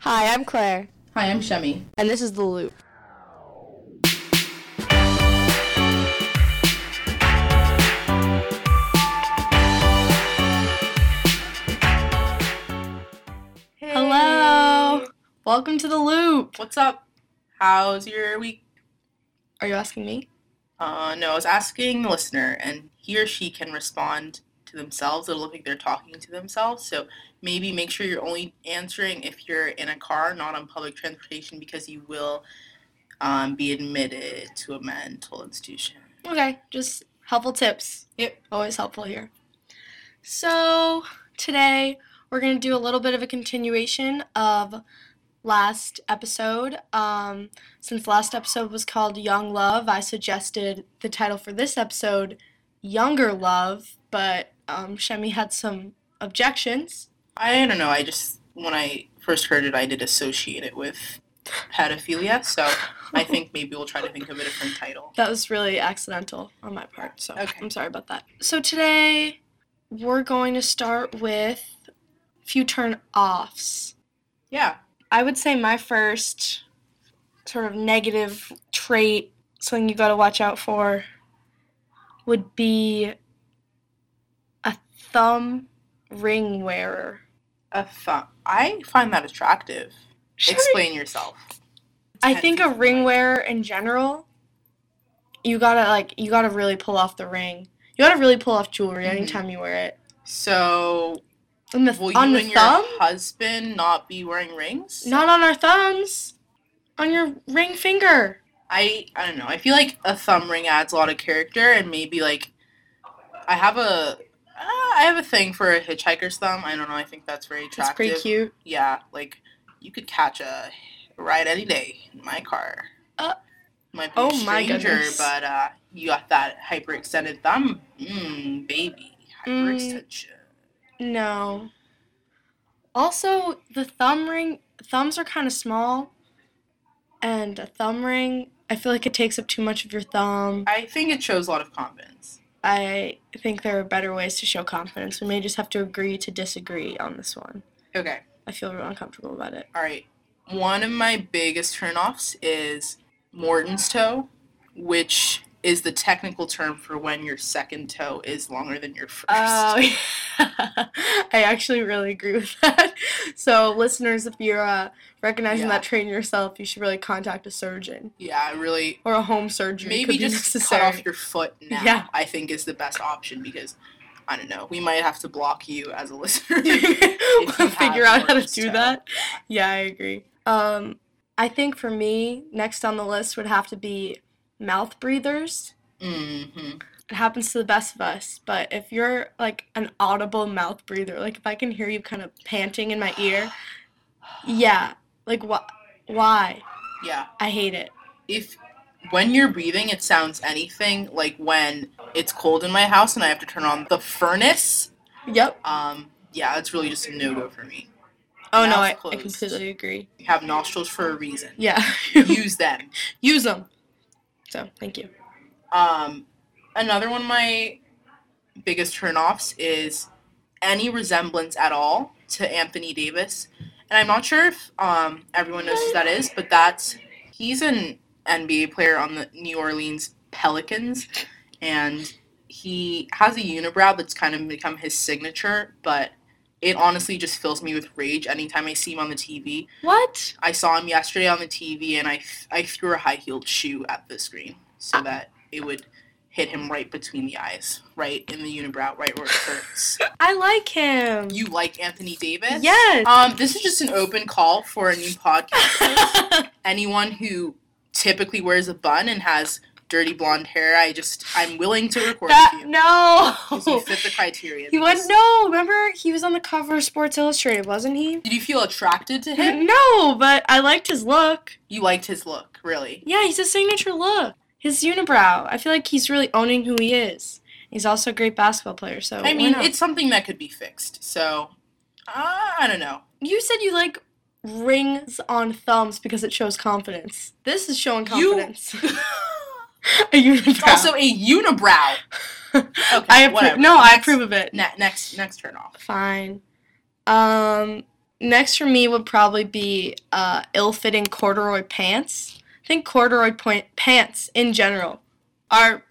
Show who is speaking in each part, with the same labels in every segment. Speaker 1: Hi, I'm Claire,
Speaker 2: Hi, I'm Shemi.
Speaker 1: and this is The Loop. Hello! Welcome to The Loop!
Speaker 2: What's up? How's your week?
Speaker 1: Are you asking me?
Speaker 2: Uh, no, I was asking the listener, and he or she can respond to themselves. It'll look like they're talking to themselves. So maybe make sure you're only answering if you're in a car, not on public transportation, because you will um, be admitted to a mental institution.
Speaker 1: Okay, just helpful tips.
Speaker 2: Yep.
Speaker 1: Always helpful here. So, today we're going to do a little bit of a continuation of last episode. Um, since last episode was called Young Love, I suggested the title for this episode, Younger Love, but um, Shemi had some objections.
Speaker 2: I don't know. I just, when I first heard it, I did associate it with pedophilia. So I think maybe we'll try to think of a different title.
Speaker 1: That was really accidental on my part, so
Speaker 2: Okay.
Speaker 1: I'm sorry about that. So today we're going to start with few turn offs.
Speaker 2: Yeah.
Speaker 1: I would say my first sort of negative trait, something you gotta watch out for, would be a thumb ring wearer.
Speaker 2: A thumb. uh, I find that attractive.
Speaker 1: Sure,
Speaker 2: Explain yourself.
Speaker 1: I think a
Speaker 2: Attention to
Speaker 1: ring
Speaker 2: life.
Speaker 1: wearer in general, you gotta like you gotta really pull off the ring. You gotta really pull off jewelry
Speaker 2: Mhm.
Speaker 1: anytime you wear it.
Speaker 2: So,
Speaker 1: On the,
Speaker 2: will you
Speaker 1: on the
Speaker 2: and your
Speaker 1: thumb?
Speaker 2: husband not be wearing rings?
Speaker 1: Not on our thumbs. On your ring finger.
Speaker 2: I I don't know. I feel like a thumb ring adds a lot of character, and maybe like I have a uh, I have a thing for a hitchhiker's thumb. I don't know. I think that's very attractive.
Speaker 1: That's pretty cute.
Speaker 2: Yeah, like you could catch a ride any day in my car.
Speaker 1: Uh,
Speaker 2: Might be a
Speaker 1: oh my
Speaker 2: stranger,
Speaker 1: goodnous.
Speaker 2: but uh, you got that hyperextended thumb, mm, baby.
Speaker 1: Mm.
Speaker 2: Hyperextension.
Speaker 1: No. Also, the thumb ring thumbs are kind of small, and a thumb ring I feel like it takes up too much of your thumb.
Speaker 2: I think it shows a lot of confidence.
Speaker 1: I think there are better ways to show confidence. We may just have to agree to disagree on this one.
Speaker 2: Okay.
Speaker 1: I feel real uncomfortable about it.
Speaker 2: All right. One of my biggest turnoffs is Morton's toe, which is the technical term for when your second toe is longer than your first.
Speaker 1: Oh, yeah. I actually really agree with that. So, listeners, if you're uh, recognizing
Speaker 2: Yeah.
Speaker 1: that trait in yourself, you should really contact a surgeon
Speaker 2: yeah, I really.
Speaker 1: or a home surgeon.
Speaker 2: Maybe just cut off your foot now.
Speaker 1: Yeah.
Speaker 2: I think is the best option because I don't know. We might have to block you as a listener.
Speaker 1: we'll
Speaker 2: you
Speaker 1: figure out
Speaker 2: have
Speaker 1: how to
Speaker 2: worms
Speaker 1: do
Speaker 2: too.
Speaker 1: that. Yeah, I agree. Um, I think for me, next on the list would have to be mouth breathers.
Speaker 2: mm-hmm.
Speaker 1: It happens to the best of us, but if you're like an audible mouth breather, like if I can hear you kind of panting in my ear, yeah, like wh- why?
Speaker 2: Yeah.
Speaker 1: I hate it.
Speaker 2: If when you're breathing, it sounds anything like when it's cold in my house and I have to turn on the furnace.
Speaker 1: Yep.
Speaker 2: Um, yeah, it's really just a no go for me.
Speaker 1: Oh no,
Speaker 2: Mouth
Speaker 1: I, I
Speaker 2: closed.
Speaker 1: completely agree.
Speaker 2: You have nostrils for a reason.
Speaker 1: Yeah.
Speaker 2: Use them.
Speaker 1: Use them. So thank you.
Speaker 2: Um, another one of my biggest turnoffs is any resemblance at all to Anthony Davis. And I'm not sure if um, everyone knows who that is, but that's he's an NBA player on the New Orleans Pelicans, and he has a unibrow that's kind of become his signature. But it honestly just fills me with rage anytime I see him on the TV.
Speaker 1: What?
Speaker 2: I saw him yesterday on the TV, and I, I threw a high heeled shoe at the screen so that it would hit him right between the eyes, right in the unibrow, right where it hurts.
Speaker 1: I like him.
Speaker 2: you like Anthony Davis?
Speaker 1: Yes.
Speaker 2: Um, this is just an open call for a new podcast.
Speaker 1: Uh,
Speaker 2: Anyone who typically wears a bun and has dirty blonde hair, I just I'm willing to record
Speaker 1: that,
Speaker 2: with you because you
Speaker 1: no.
Speaker 2: fit the criteria.
Speaker 1: He was
Speaker 2: because-
Speaker 1: no. Remember, he was on the cover of Sports Illustrated, wasn't he?
Speaker 2: Did you feel attracted to him?
Speaker 1: No, but I liked his look.
Speaker 2: You liked his look, really?
Speaker 1: Yeah, he's a signature look. His unibrow. I feel like he's really owning who he is. He's also a great basketball player. So
Speaker 2: I
Speaker 1: why
Speaker 2: mean,
Speaker 1: not?
Speaker 2: it's something that could be fixed. So, uh, I don't know.
Speaker 1: You said you like rings on thumbs because it shows confidence. This is showing
Speaker 2: You-
Speaker 1: confidence. a unibrow.
Speaker 2: also a unibrow. Okay,
Speaker 1: I approve.
Speaker 2: whatever.
Speaker 1: No, I
Speaker 2: Next-
Speaker 1: approve of it.
Speaker 2: Ne- next, next turn off.
Speaker 1: Fine. Um, Next for me would probably be uh, ill-fitting corduroy pants. I think corduroy point pants in general are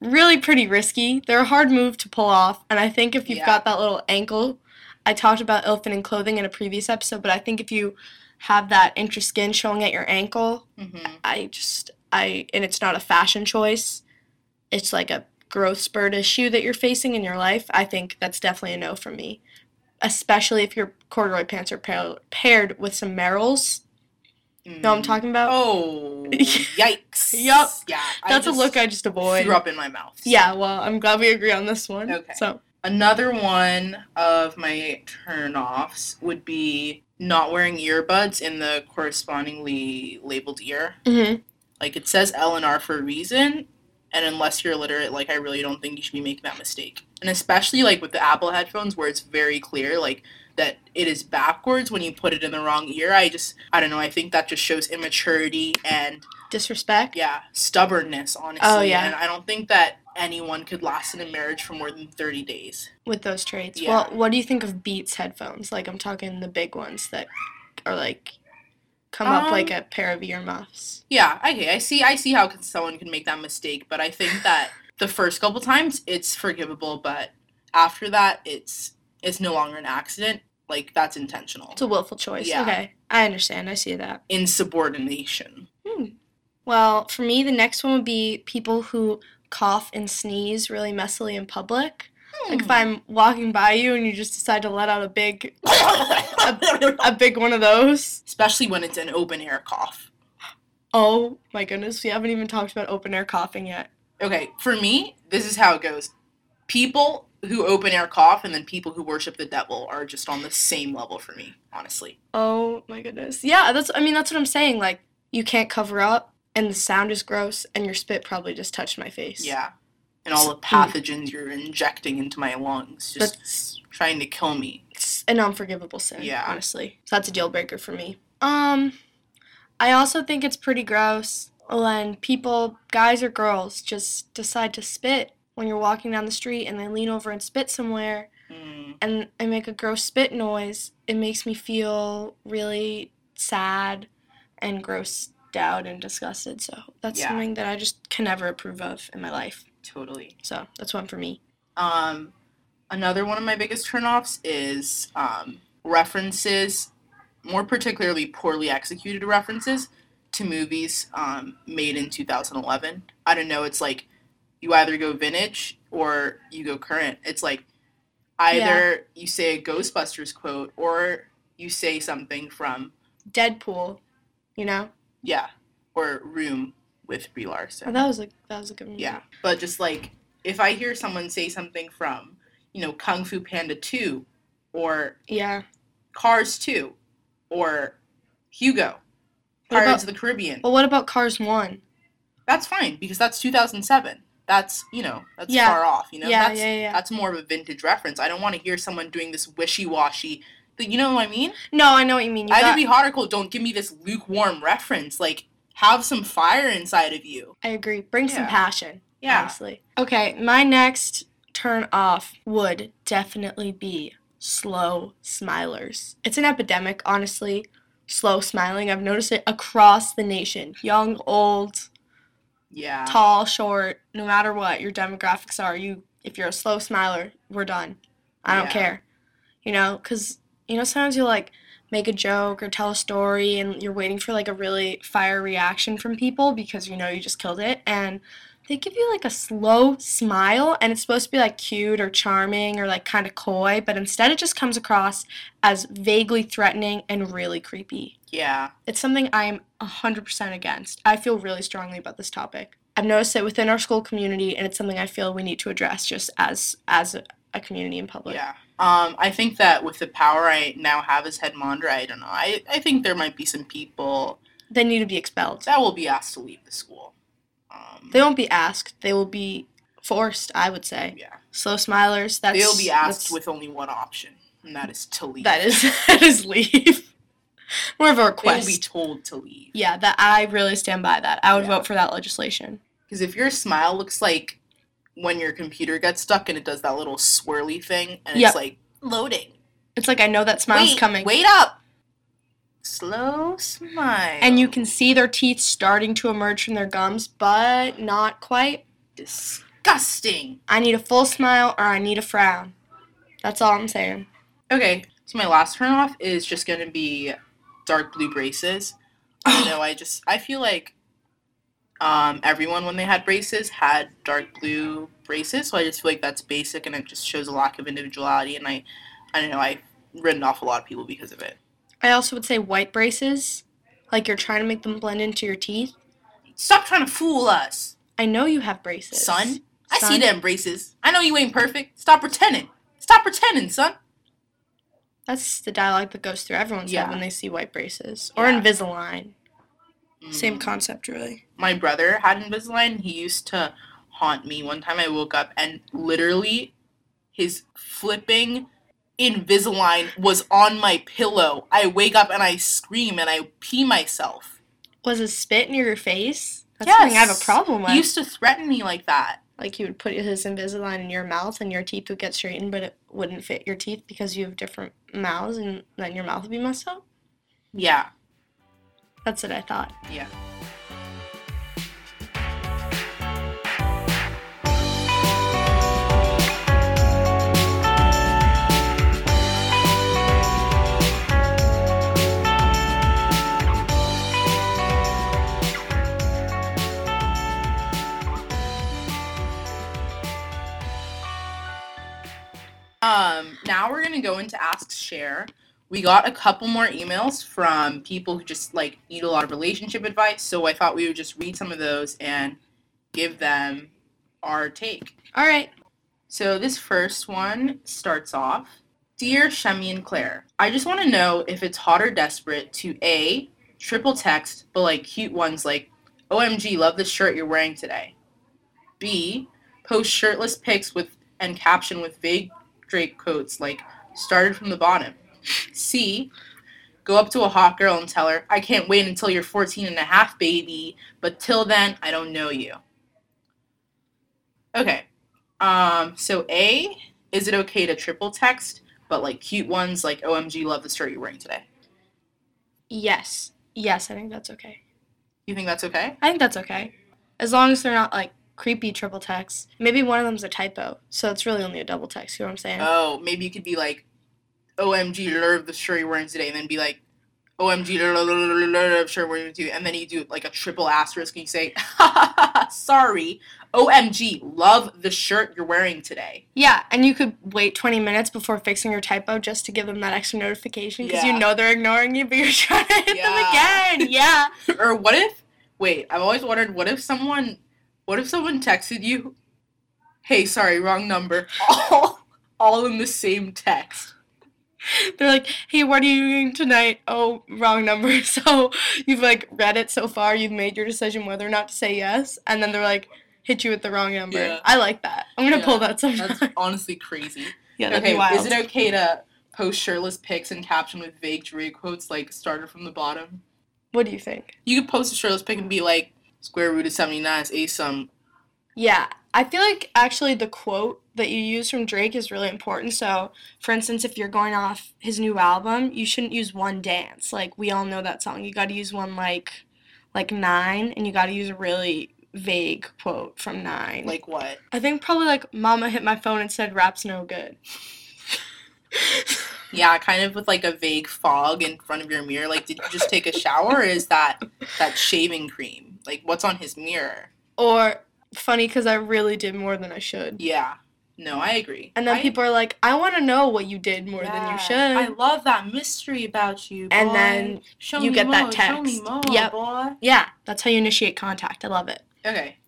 Speaker 1: really pretty risky. They're a hard move to pull off, and I think if you've
Speaker 2: Yeah.
Speaker 1: got that little ankle, I talked about ill-fitting clothing in a previous episode, but I think if you have that intra-skin showing at your ankle,
Speaker 2: Mm-hmm.
Speaker 1: I just I and it's not a fashion choice. It's like a growth spurt issue that you're facing in your life. I think that's definitely a no for me, especially if your corduroy pants are pair- paired with some Merrells. Know what I'm talking about?
Speaker 2: Mm. Mm-hmm. Oh, yikes!
Speaker 1: Yup.
Speaker 2: Yeah, I
Speaker 1: that's a
Speaker 2: just
Speaker 1: look I just avoid.
Speaker 2: threw up in my mouth.
Speaker 1: Yeah, well, I'm glad we agree on this one.
Speaker 2: Okay.
Speaker 1: So
Speaker 2: Another one of my turnoffs would be not wearing earbuds in the correspondingly labeled ear.
Speaker 1: mhm.
Speaker 2: Like it says L and R for a reason, and unless you're illiterate, like I really don't think you should be making that mistake. And especially like with the Apple headphones, where it's very clear, like that it is backwards when you put it in the wrong ear. I just, I don't know. I think that just shows immaturity and
Speaker 1: disrespect.
Speaker 2: yeah, stubbornness, honestly.
Speaker 1: Oh, yeah.
Speaker 2: And I don't think that anyone could last in a marriage for more than 30 days.
Speaker 1: with those traits.
Speaker 2: Yeah.
Speaker 1: Well, what do you think of Beats headphones? Like I'm talking the big ones that are like come up like
Speaker 2: Um,
Speaker 1: a pair of earmuffs.
Speaker 2: Yeah, okay, I see I see how can- someone can make that mistake, but I think that the first couple times it's forgivable, but after that it's it's no longer an accident. Like that's intentional.
Speaker 1: It's a willful choice.
Speaker 2: Yeah.
Speaker 1: Okay, I understand. I see that.
Speaker 2: Insubordination.
Speaker 1: Hmm. Well, for me, the next one would be people who cough and sneeze really messily in public. Like
Speaker 2: Hmm.
Speaker 1: if I'm walking by you and you just decide to let out a big a big one of those.
Speaker 2: Especially when it's an open air cough.
Speaker 1: Oh my goodness, we haven't even talked about open air coughing yet.
Speaker 2: Okay, for me, this is how it goes. People who open air cough and then people who worship the devil are just on the same level for me, honestly.
Speaker 1: Oh my goodness. Yeah, that's I mean that's what I'm saying. Like you can't cover up and the sound is gross and your spit probably just touched my face.
Speaker 2: Yeah. And all the pathogens you're injecting into my lungs, just
Speaker 1: That's
Speaker 2: trying to kill me.
Speaker 1: it's an unforgivable sin.
Speaker 2: Yeah.
Speaker 1: Honestly. So that's a deal breaker for me. Um I also think it's pretty gross when people, guys or girls, just decide to spit when you're walking down the street and they lean over and spit somewhere
Speaker 2: Mm.
Speaker 1: and I make a gross spit noise, it makes me feel really sad and grossed out and disgusted. So that's
Speaker 2: Yeah.
Speaker 1: something that I just can never approve of in my life.
Speaker 2: Totally.
Speaker 1: So that's one for me.
Speaker 2: Um, another one of my biggest turnoffs is um, references, more particularly poorly executed references to movies um, made in 2011. I don't know. It's like you either go vintage or you go current. It's like either you say a Ghostbusters quote or you say something from
Speaker 1: Deadpool, you know?
Speaker 2: yeah or Room with Brie
Speaker 1: Oh,
Speaker 2: Larson.
Speaker 1: that was a that was a good movie.
Speaker 2: Yeah, but just like if I hear someone say something from, you know, Kung Fu Panda 2 or
Speaker 1: Yeah.
Speaker 2: Cars 2 or Hugo,
Speaker 1: What about-
Speaker 2: Pirates of the Caribbean,
Speaker 1: Well, what about Cars 1?
Speaker 2: that's fine because that's 2007. That's, you know, that's
Speaker 1: Yeah.
Speaker 2: far off, you know.
Speaker 1: yeah,
Speaker 2: that's
Speaker 1: yeah, yeah,
Speaker 2: that's more of a vintage reference. I don't want to hear someone doing this wishy-washy th- you know what I mean?
Speaker 1: No, I know what you mean. You
Speaker 2: Either
Speaker 1: got-
Speaker 2: be hot or cold. Don't give me this lukewarm reference. Like, have some fire inside of you.
Speaker 1: I agree. Bring some
Speaker 2: Yeah.
Speaker 1: passion.
Speaker 2: Yeah.
Speaker 1: Honestly. Okay, my next turn off would definitely be slow smilers. It's an epidemic, honestly. Slow smiling. I've noticed it across the nation. Young, old,
Speaker 2: Yeah.
Speaker 1: tall, short, no matter what your demographics are, you if you're a slow smiler, we're done. I don't
Speaker 2: Yeah.
Speaker 1: care. You know, cuz you know sometimes you'll like make a joke or tell a story and you're waiting for like a really fire reaction from people because you know you just killed it and they give you like a slow smile and it's supposed to be like cute or charming or like kind of coy, but instead it just comes across as vaguely threatening and really creepy.
Speaker 2: Yeah.
Speaker 1: It's something I am 100% against. I feel really strongly about this topic. I've noticed it within our school community, and it's something I feel we need to address just as as a, a community in public.
Speaker 2: Yeah. Um, I think that with the power I now have as head monitor, I don't know. I, I think there might be some people
Speaker 1: They need to be expelled.
Speaker 2: that will be asked to leave the school. Um,
Speaker 1: They won't be asked. They will be forced. I would say
Speaker 2: yeah.
Speaker 1: slow smilers. That's
Speaker 2: They'll be asked
Speaker 1: that's-
Speaker 2: with only one option, and that is to leave.
Speaker 1: that is that is leave. More of a
Speaker 2: They'll
Speaker 1: request.
Speaker 2: be told to leave.
Speaker 1: yeah, that I really stand by that. I would
Speaker 2: Yeah.
Speaker 1: vote for that legislation.
Speaker 2: Because if your smile looks like when your computer gets stuck and it does that little swirly thing, and
Speaker 1: Yep.
Speaker 2: it's like loading,
Speaker 1: It's like I know that smile's
Speaker 2: wait,
Speaker 1: coming.
Speaker 2: Wait up. Slow smile.
Speaker 1: And you can see their teeth starting to emerge from their gums, but not quite.
Speaker 2: disgusting.
Speaker 1: I need a full smile or I need a frown. That's all I'm saying.
Speaker 2: Okay, so my last turn off is just gonna be dark blue braces.
Speaker 1: Oh.
Speaker 2: You know, I just I feel like um, everyone when they had braces had dark blue braces, so I just feel like that's basic and it just shows a lack of individuality. And I I don't know I written off a lot of people because of it.
Speaker 1: I also would say white braces, like you're trying to make them blend into your teeth.
Speaker 2: Stop trying to fool us,
Speaker 1: I know you have braces.
Speaker 2: son. I see
Speaker 1: Son.
Speaker 2: them braces. I know you ain't perfect. Stop pretending. Stop pretending, son.
Speaker 1: That's the dialogue that goes through everyone's
Speaker 2: Yeah.
Speaker 1: head when they see white braces or
Speaker 2: Yeah.
Speaker 1: Invisalign. Same
Speaker 2: Mm.
Speaker 1: concept, really.
Speaker 2: my brother had Invisalign. He used to haunt me. One time I woke up and literally his flipping Invisalign was on my pillow. I wake up and I scream and I pee myself.
Speaker 1: Was it spit near your face? That's something I have a
Speaker 2: Yes.
Speaker 1: problem with.
Speaker 2: He used to threaten me like that.
Speaker 1: like you would put his Invisalign in your mouth and your teeth would get straightened, but it wouldn't fit your teeth because you have different mouths and then your mouth would be messed up.
Speaker 2: Yeah,
Speaker 1: That's what I thought.
Speaker 2: yeah. Um, now we're gonna go into Ask Share. We got a couple more emails from people who just like need a lot of relationship advice, so I thought we would just read some of those and give them our take.
Speaker 1: All right.
Speaker 2: So this first one starts off. Dear Shemi and Claire, I just want to know if it's hot or desperate to A, triple text, but like cute ones like, OMG, love this shirt you're wearing today. B, post shirtless pics with and caption with vague Drake quotes like, started from the bottom. C, go up to a hot girl and tell her, I can't wait until you're 14 and a half, baby, but till then, I don't know you. Okay, um, so A, is it okay to triple text, but like cute ones like OMG love the shirt you're wearing today?
Speaker 1: Yes. Yes, I think that's okay.
Speaker 2: You think that's okay?
Speaker 1: I think that's okay. As long as they're not like creepy triple texts. Maybe one of them's a typo, so it's really only a double text, you know what I'm saying?
Speaker 2: Oh, maybe you could be like OMG love the shirt you're wearing today and then be like OMG love shirt wearing today and then you do like a triple asterisk and you say sorry, OMG love the shirt you're wearing today.
Speaker 1: yeah, and you could wait 20 minutes before fixing your typo just to give them that extra notification because
Speaker 2: Yeah.
Speaker 1: you know they're ignoring you, but you're trying to hit
Speaker 2: Yeah.
Speaker 1: them again. Yeah.
Speaker 2: or what if wait, I've always wondered what if someone what if someone texted you Hey, sorry, wrong number. All all in the same text.
Speaker 1: They're like, hey, what are you doing tonight? Oh, wrong number. So you've like read it so far, you've made your decision whether or not to say yes, and then they're like, hit you with the wrong number.
Speaker 2: Yeah.
Speaker 1: I like that. I'm gonna
Speaker 2: Yeah,
Speaker 1: pull that sometime.
Speaker 2: That's honestly crazy.
Speaker 1: yeah, that'd
Speaker 2: Okay,
Speaker 1: be wild.
Speaker 2: is it okay to post shirtless pics and caption with vague Drake quotes like started from the bottom?
Speaker 1: what do you think?
Speaker 2: You could post a shirtless pic and be like, square root of 79 is a sum.
Speaker 1: Yeah, I feel like actually the quote that you use from Drake is really important. So, for instance, if you're going off his new album, you shouldn't use one dance. Like we all know that song. You got to use one like, like nine, and you got to use a really vague quote from nine.
Speaker 2: Like what?
Speaker 1: I think probably like Mama hit my phone and said rap's no good.
Speaker 2: Yeah, kind of with like a vague fog in front of your mirror. Like, did you just take a shower or is that that shaving cream? Like, what's on his mirror?
Speaker 1: Or funny because I really did more than I should.
Speaker 2: Yeah. No, I agree.
Speaker 1: And then
Speaker 2: I-
Speaker 1: people are like, I want to know what you did more than
Speaker 2: Yeah,
Speaker 1: you should.
Speaker 2: I love that mystery about you.
Speaker 1: And
Speaker 2: boy.
Speaker 1: then
Speaker 2: show
Speaker 1: you
Speaker 2: me
Speaker 1: get
Speaker 2: more,
Speaker 1: that
Speaker 2: Show me
Speaker 1: text.
Speaker 2: more,
Speaker 1: Yep.
Speaker 2: boy.
Speaker 1: yeah, that's how you initiate contact. I love it.
Speaker 2: Okay.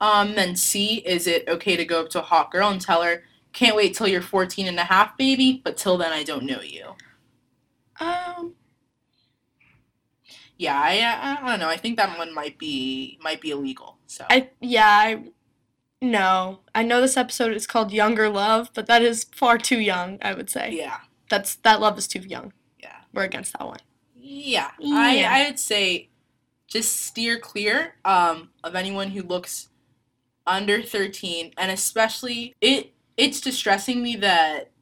Speaker 2: Um, then C, is it okay to go up to a hot girl and tell her, can't wait till you're 14 and a half, baby, but till then I don't know you?
Speaker 1: Um,
Speaker 2: Yeah, I, I, I don't know. I think that one might be might be illegal. So
Speaker 1: I yeah, I no. I know this episode is called Younger Love, but that is far too young. I would say
Speaker 2: yeah,
Speaker 1: that's that love is too young.
Speaker 2: yeah,
Speaker 1: We're against that one.
Speaker 2: yeah. I
Speaker 1: Yeah.
Speaker 2: I would say just steer clear um, of anyone who looks under 13, and especially it it's distressing me that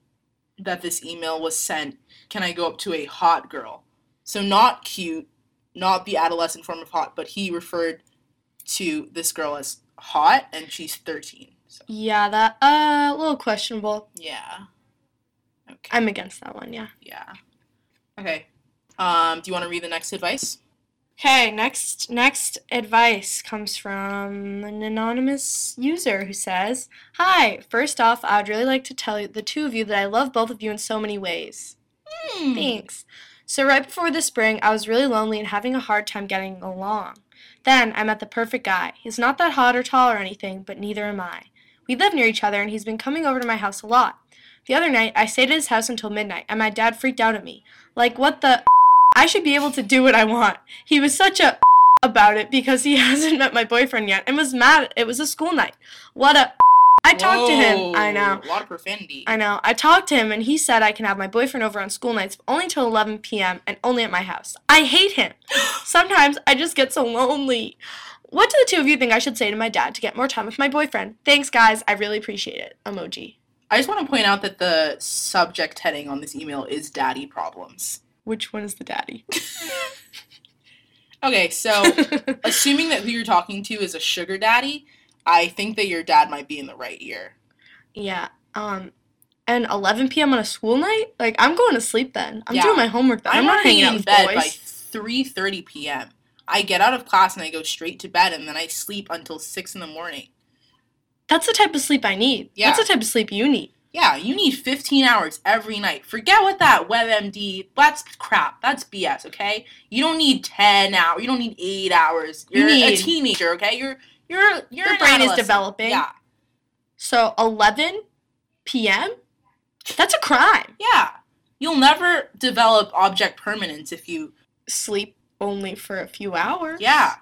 Speaker 2: that this email was sent, can I go up to a hot girl? So not cute, not the adolescent form of hot, but he referred to this girl as hot, and she's 13. So
Speaker 1: Yeah, that uh, a little questionable.
Speaker 2: yeah. Okay.
Speaker 1: I'm against that one. Yeah.
Speaker 2: yeah. Okay. Um, do you want to read the next advice?
Speaker 1: Okay, next next advice comes from an anonymous user who says, "Hi, first off, I would really like to tell you- the two of you that I love both of you in so many ways.
Speaker 2: Mm.
Speaker 1: Hmm. Thanks. So right before the spring, I was really lonely and having a hard time getting along. Then I met the perfect guy. He's not that hot or tall or anything, but neither am I. We live near each other and he's been coming over to my house a lot. The other night, I stayed at his house until midnight and my dad freaked out at me. Like, what the I should be able to do what I want. He was such a about it because he hasn't met my boyfriend yet and was mad it was a school night. What a I talked to him. I know.
Speaker 2: A lot of profanity.
Speaker 1: I know. I talked to him and he said I can have my boyfriend over on school nights but only till 11 p.m. and only at my house. I hate him. Sometimes I just get so lonely. What do the two of you think I should say to my dad to get more time with my boyfriend? Thanks, guys. I really appreciate it. Emoji.
Speaker 2: I just want to point out that the subject heading on this email is daddy problems.
Speaker 1: Which one is the daddy?
Speaker 2: Okay, so assuming that who you're talking to is a sugar daddy, I think that your dad might be in the right ear.
Speaker 1: yeah. Um, and 11 p.m. on a school night? Like, I'm going to sleep then. I'm
Speaker 2: Yeah.
Speaker 1: doing my homework then. I'm, not hanging out
Speaker 2: in
Speaker 1: with
Speaker 2: bed by
Speaker 1: boys.
Speaker 2: 3:30 p.m. I get out of class and I go straight to bed, and then I sleep until six in the morning.
Speaker 1: That's the type of sleep I need.
Speaker 2: Yeah.
Speaker 1: That's the type of sleep you need.
Speaker 2: Yeah, you need 15 hours every night. Forget what that WebMD. That's crap. That's BS. Okay, you don't need 10 hours. You don't need eight hours.
Speaker 1: You
Speaker 2: You're a
Speaker 1: need-
Speaker 2: teenager. Okay, you're you're you're
Speaker 1: Your
Speaker 2: an
Speaker 1: brain is
Speaker 2: adolescent.
Speaker 1: developing.
Speaker 2: Yeah,
Speaker 1: So 11 p.m. That's a crime.
Speaker 2: yeah. You'll never develop object permanence if you
Speaker 1: Sleep only for a few hours.
Speaker 2: Yeah.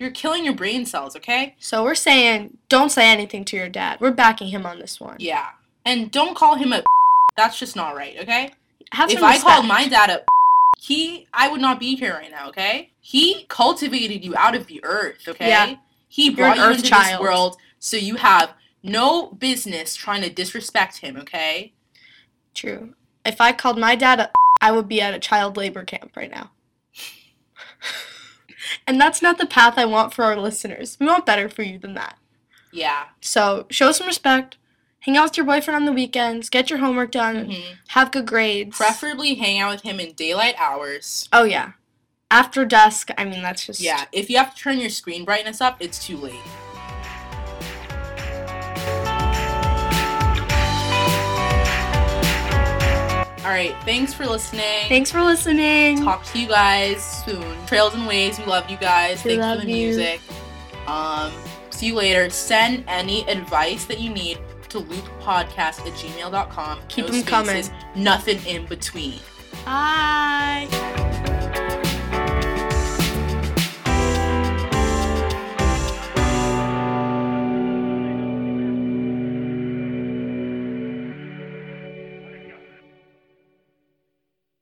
Speaker 2: You're killing your brain cells, okay?
Speaker 1: So we're saying don't say anything to your dad. We're backing him on this one.
Speaker 2: Yeah. And don't call him a that's just not right, okay?
Speaker 1: Have
Speaker 2: if
Speaker 1: some
Speaker 2: I
Speaker 1: respect.
Speaker 2: called my dad a he I would not be here right now, okay? He cultivated you out of the earth, okay?
Speaker 1: Yeah.
Speaker 2: He
Speaker 1: You're an
Speaker 2: brought you
Speaker 1: earth
Speaker 2: into this
Speaker 1: child.
Speaker 2: world, so you have no business trying to disrespect him, okay?
Speaker 1: True. If I called my dad a I would be at a child labor camp right now. and that's not the path I want for our listeners. We want better for you than that.
Speaker 2: Yeah.
Speaker 1: So show some respect. Hang out with your boyfriend on the weekends. Get your homework done.
Speaker 2: Mhm.
Speaker 1: Have good grades.
Speaker 2: Preferably hang out with him in daylight hours.
Speaker 1: Oh yeah. After dusk, I mean that's just
Speaker 2: Yeah, if you have to turn your screen brightness up, it's too late. All right, thanks for listening.
Speaker 1: Thanks for listening.
Speaker 2: Talk to you guys soon. Trails and Waves, we love you guys.
Speaker 1: We
Speaker 2: thanks
Speaker 1: love
Speaker 2: for the
Speaker 1: you.
Speaker 2: music. Um, see you later. Send any advice that you need to looppodcast at gmail.com.
Speaker 1: Keep
Speaker 2: no
Speaker 1: 'em coming.
Speaker 2: spaces, Nothing in between.
Speaker 1: Bye.